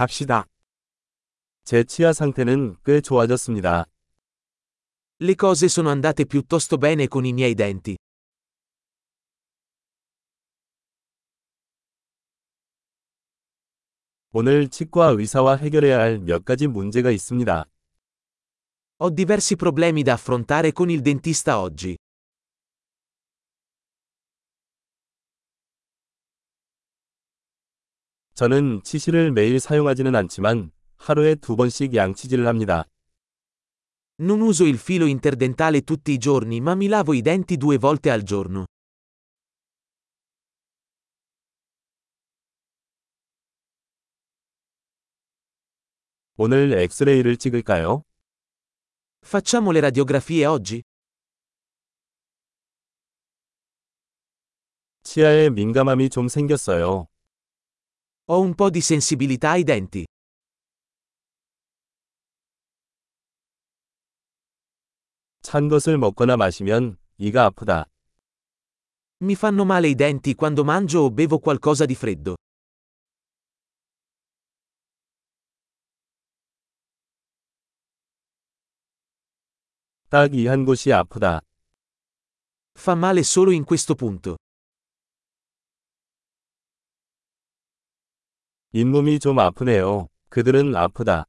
갑시다. 제 치아 상태는 꽤 좋아졌습니다. Le cose sono andate piuttosto bene con i miei denti. 오늘 치과 의사와 해결해야 할 몇 가지 문제가 있습니다. Ho diversi problemi da affrontare con il dentista oggi. 저는 치실을 매일 사용하지는 않지만 하루에 두 번씩 양치질을 합니다. Non uso il filo interdentale tutti i giorni ma mi lavo i denti due volte al giorno. 오늘 엑스레이를 찍을까요? Facciamo le radiografie oggi? 치아에 민감함이 좀 생겼어요. Ho un po' di sensibilità ai denti. 찬 것을 먹거나 마시면 이가 아프다. Mi fanno male i denti quando mangio o bevo qualcosa di freddo. 딱 이 한 곳이 아프다. Fa male solo in questo punto. 잇몸이 좀 아프네요. 그들은 아프다.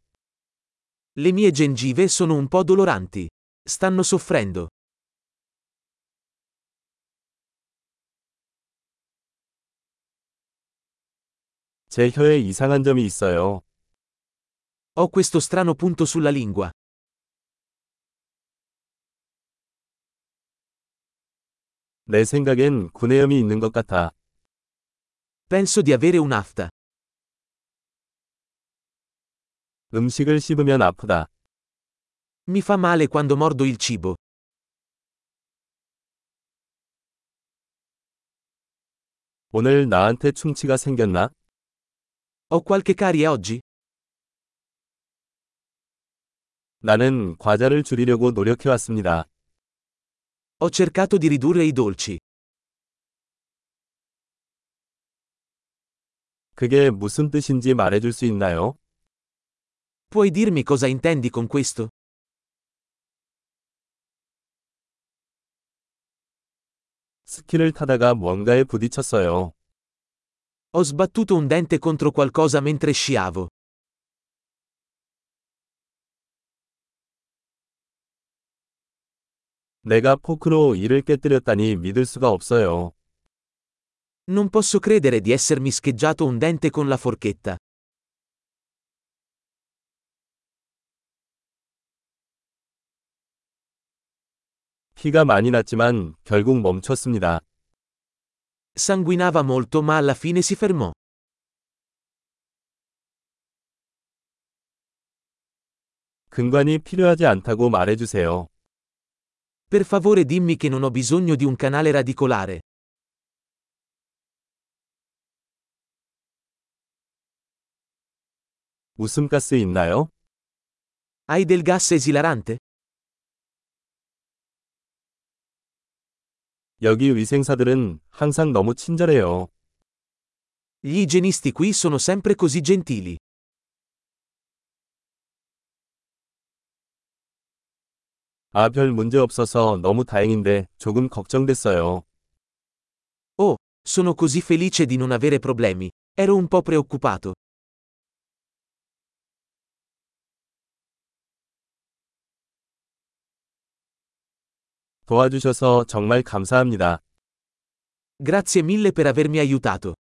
Le mie gengive sono un po' doloranti. Stanno soffrendo. 제 혀에 이상한 점이 있어요. Ho questo strano punto sulla lingua. 내 생각엔 구내염이 있는 것 같아. Penso di avere un'afta. 음식을 씹으면 아프다. Mi fa male quando mordo il cibo. 오늘 나한테 충치가 생겼나? Ho qualche carie oggi? 나는 과자를 줄이려고 노력해왔습니다. Ho cercato di ridurre i dolci. 그게 무슨 뜻인지 말해줄 수 있나요? Puoi dirmi cosa intendi con questo? 스키를 타다가 뭔가에 부딪혔어요. Ho sbattuto un dente contro qualcosa mentre sciavo. 내가 포크로 이를 깨뜨렸다니 믿을 수가 없어요. Non posso credere di essermi scheggiato un dente con la forchetta. 피가 많이 났지만 결국 멈췄습니다. Sanguinava molto ma alla fine si fermò. 근관이 필요하지 않다고 말해주세요. Per favore dimmi che non ho bisogno di un canale radicolare. 웃음가스 있나요? Hai del gas esilarante? 여기 위생사들은 항상 너무 친절해요. Gli igienisti qui sono sempre così gentili. 아, 별 문제 없어서 너무 다행인데 조금 걱정됐어요. Oh, Sono così felice di non avere problemi. Ero un po' preoccupato. 도와주셔서 정말 감사합니다. Grazie mille per avermi aiutato.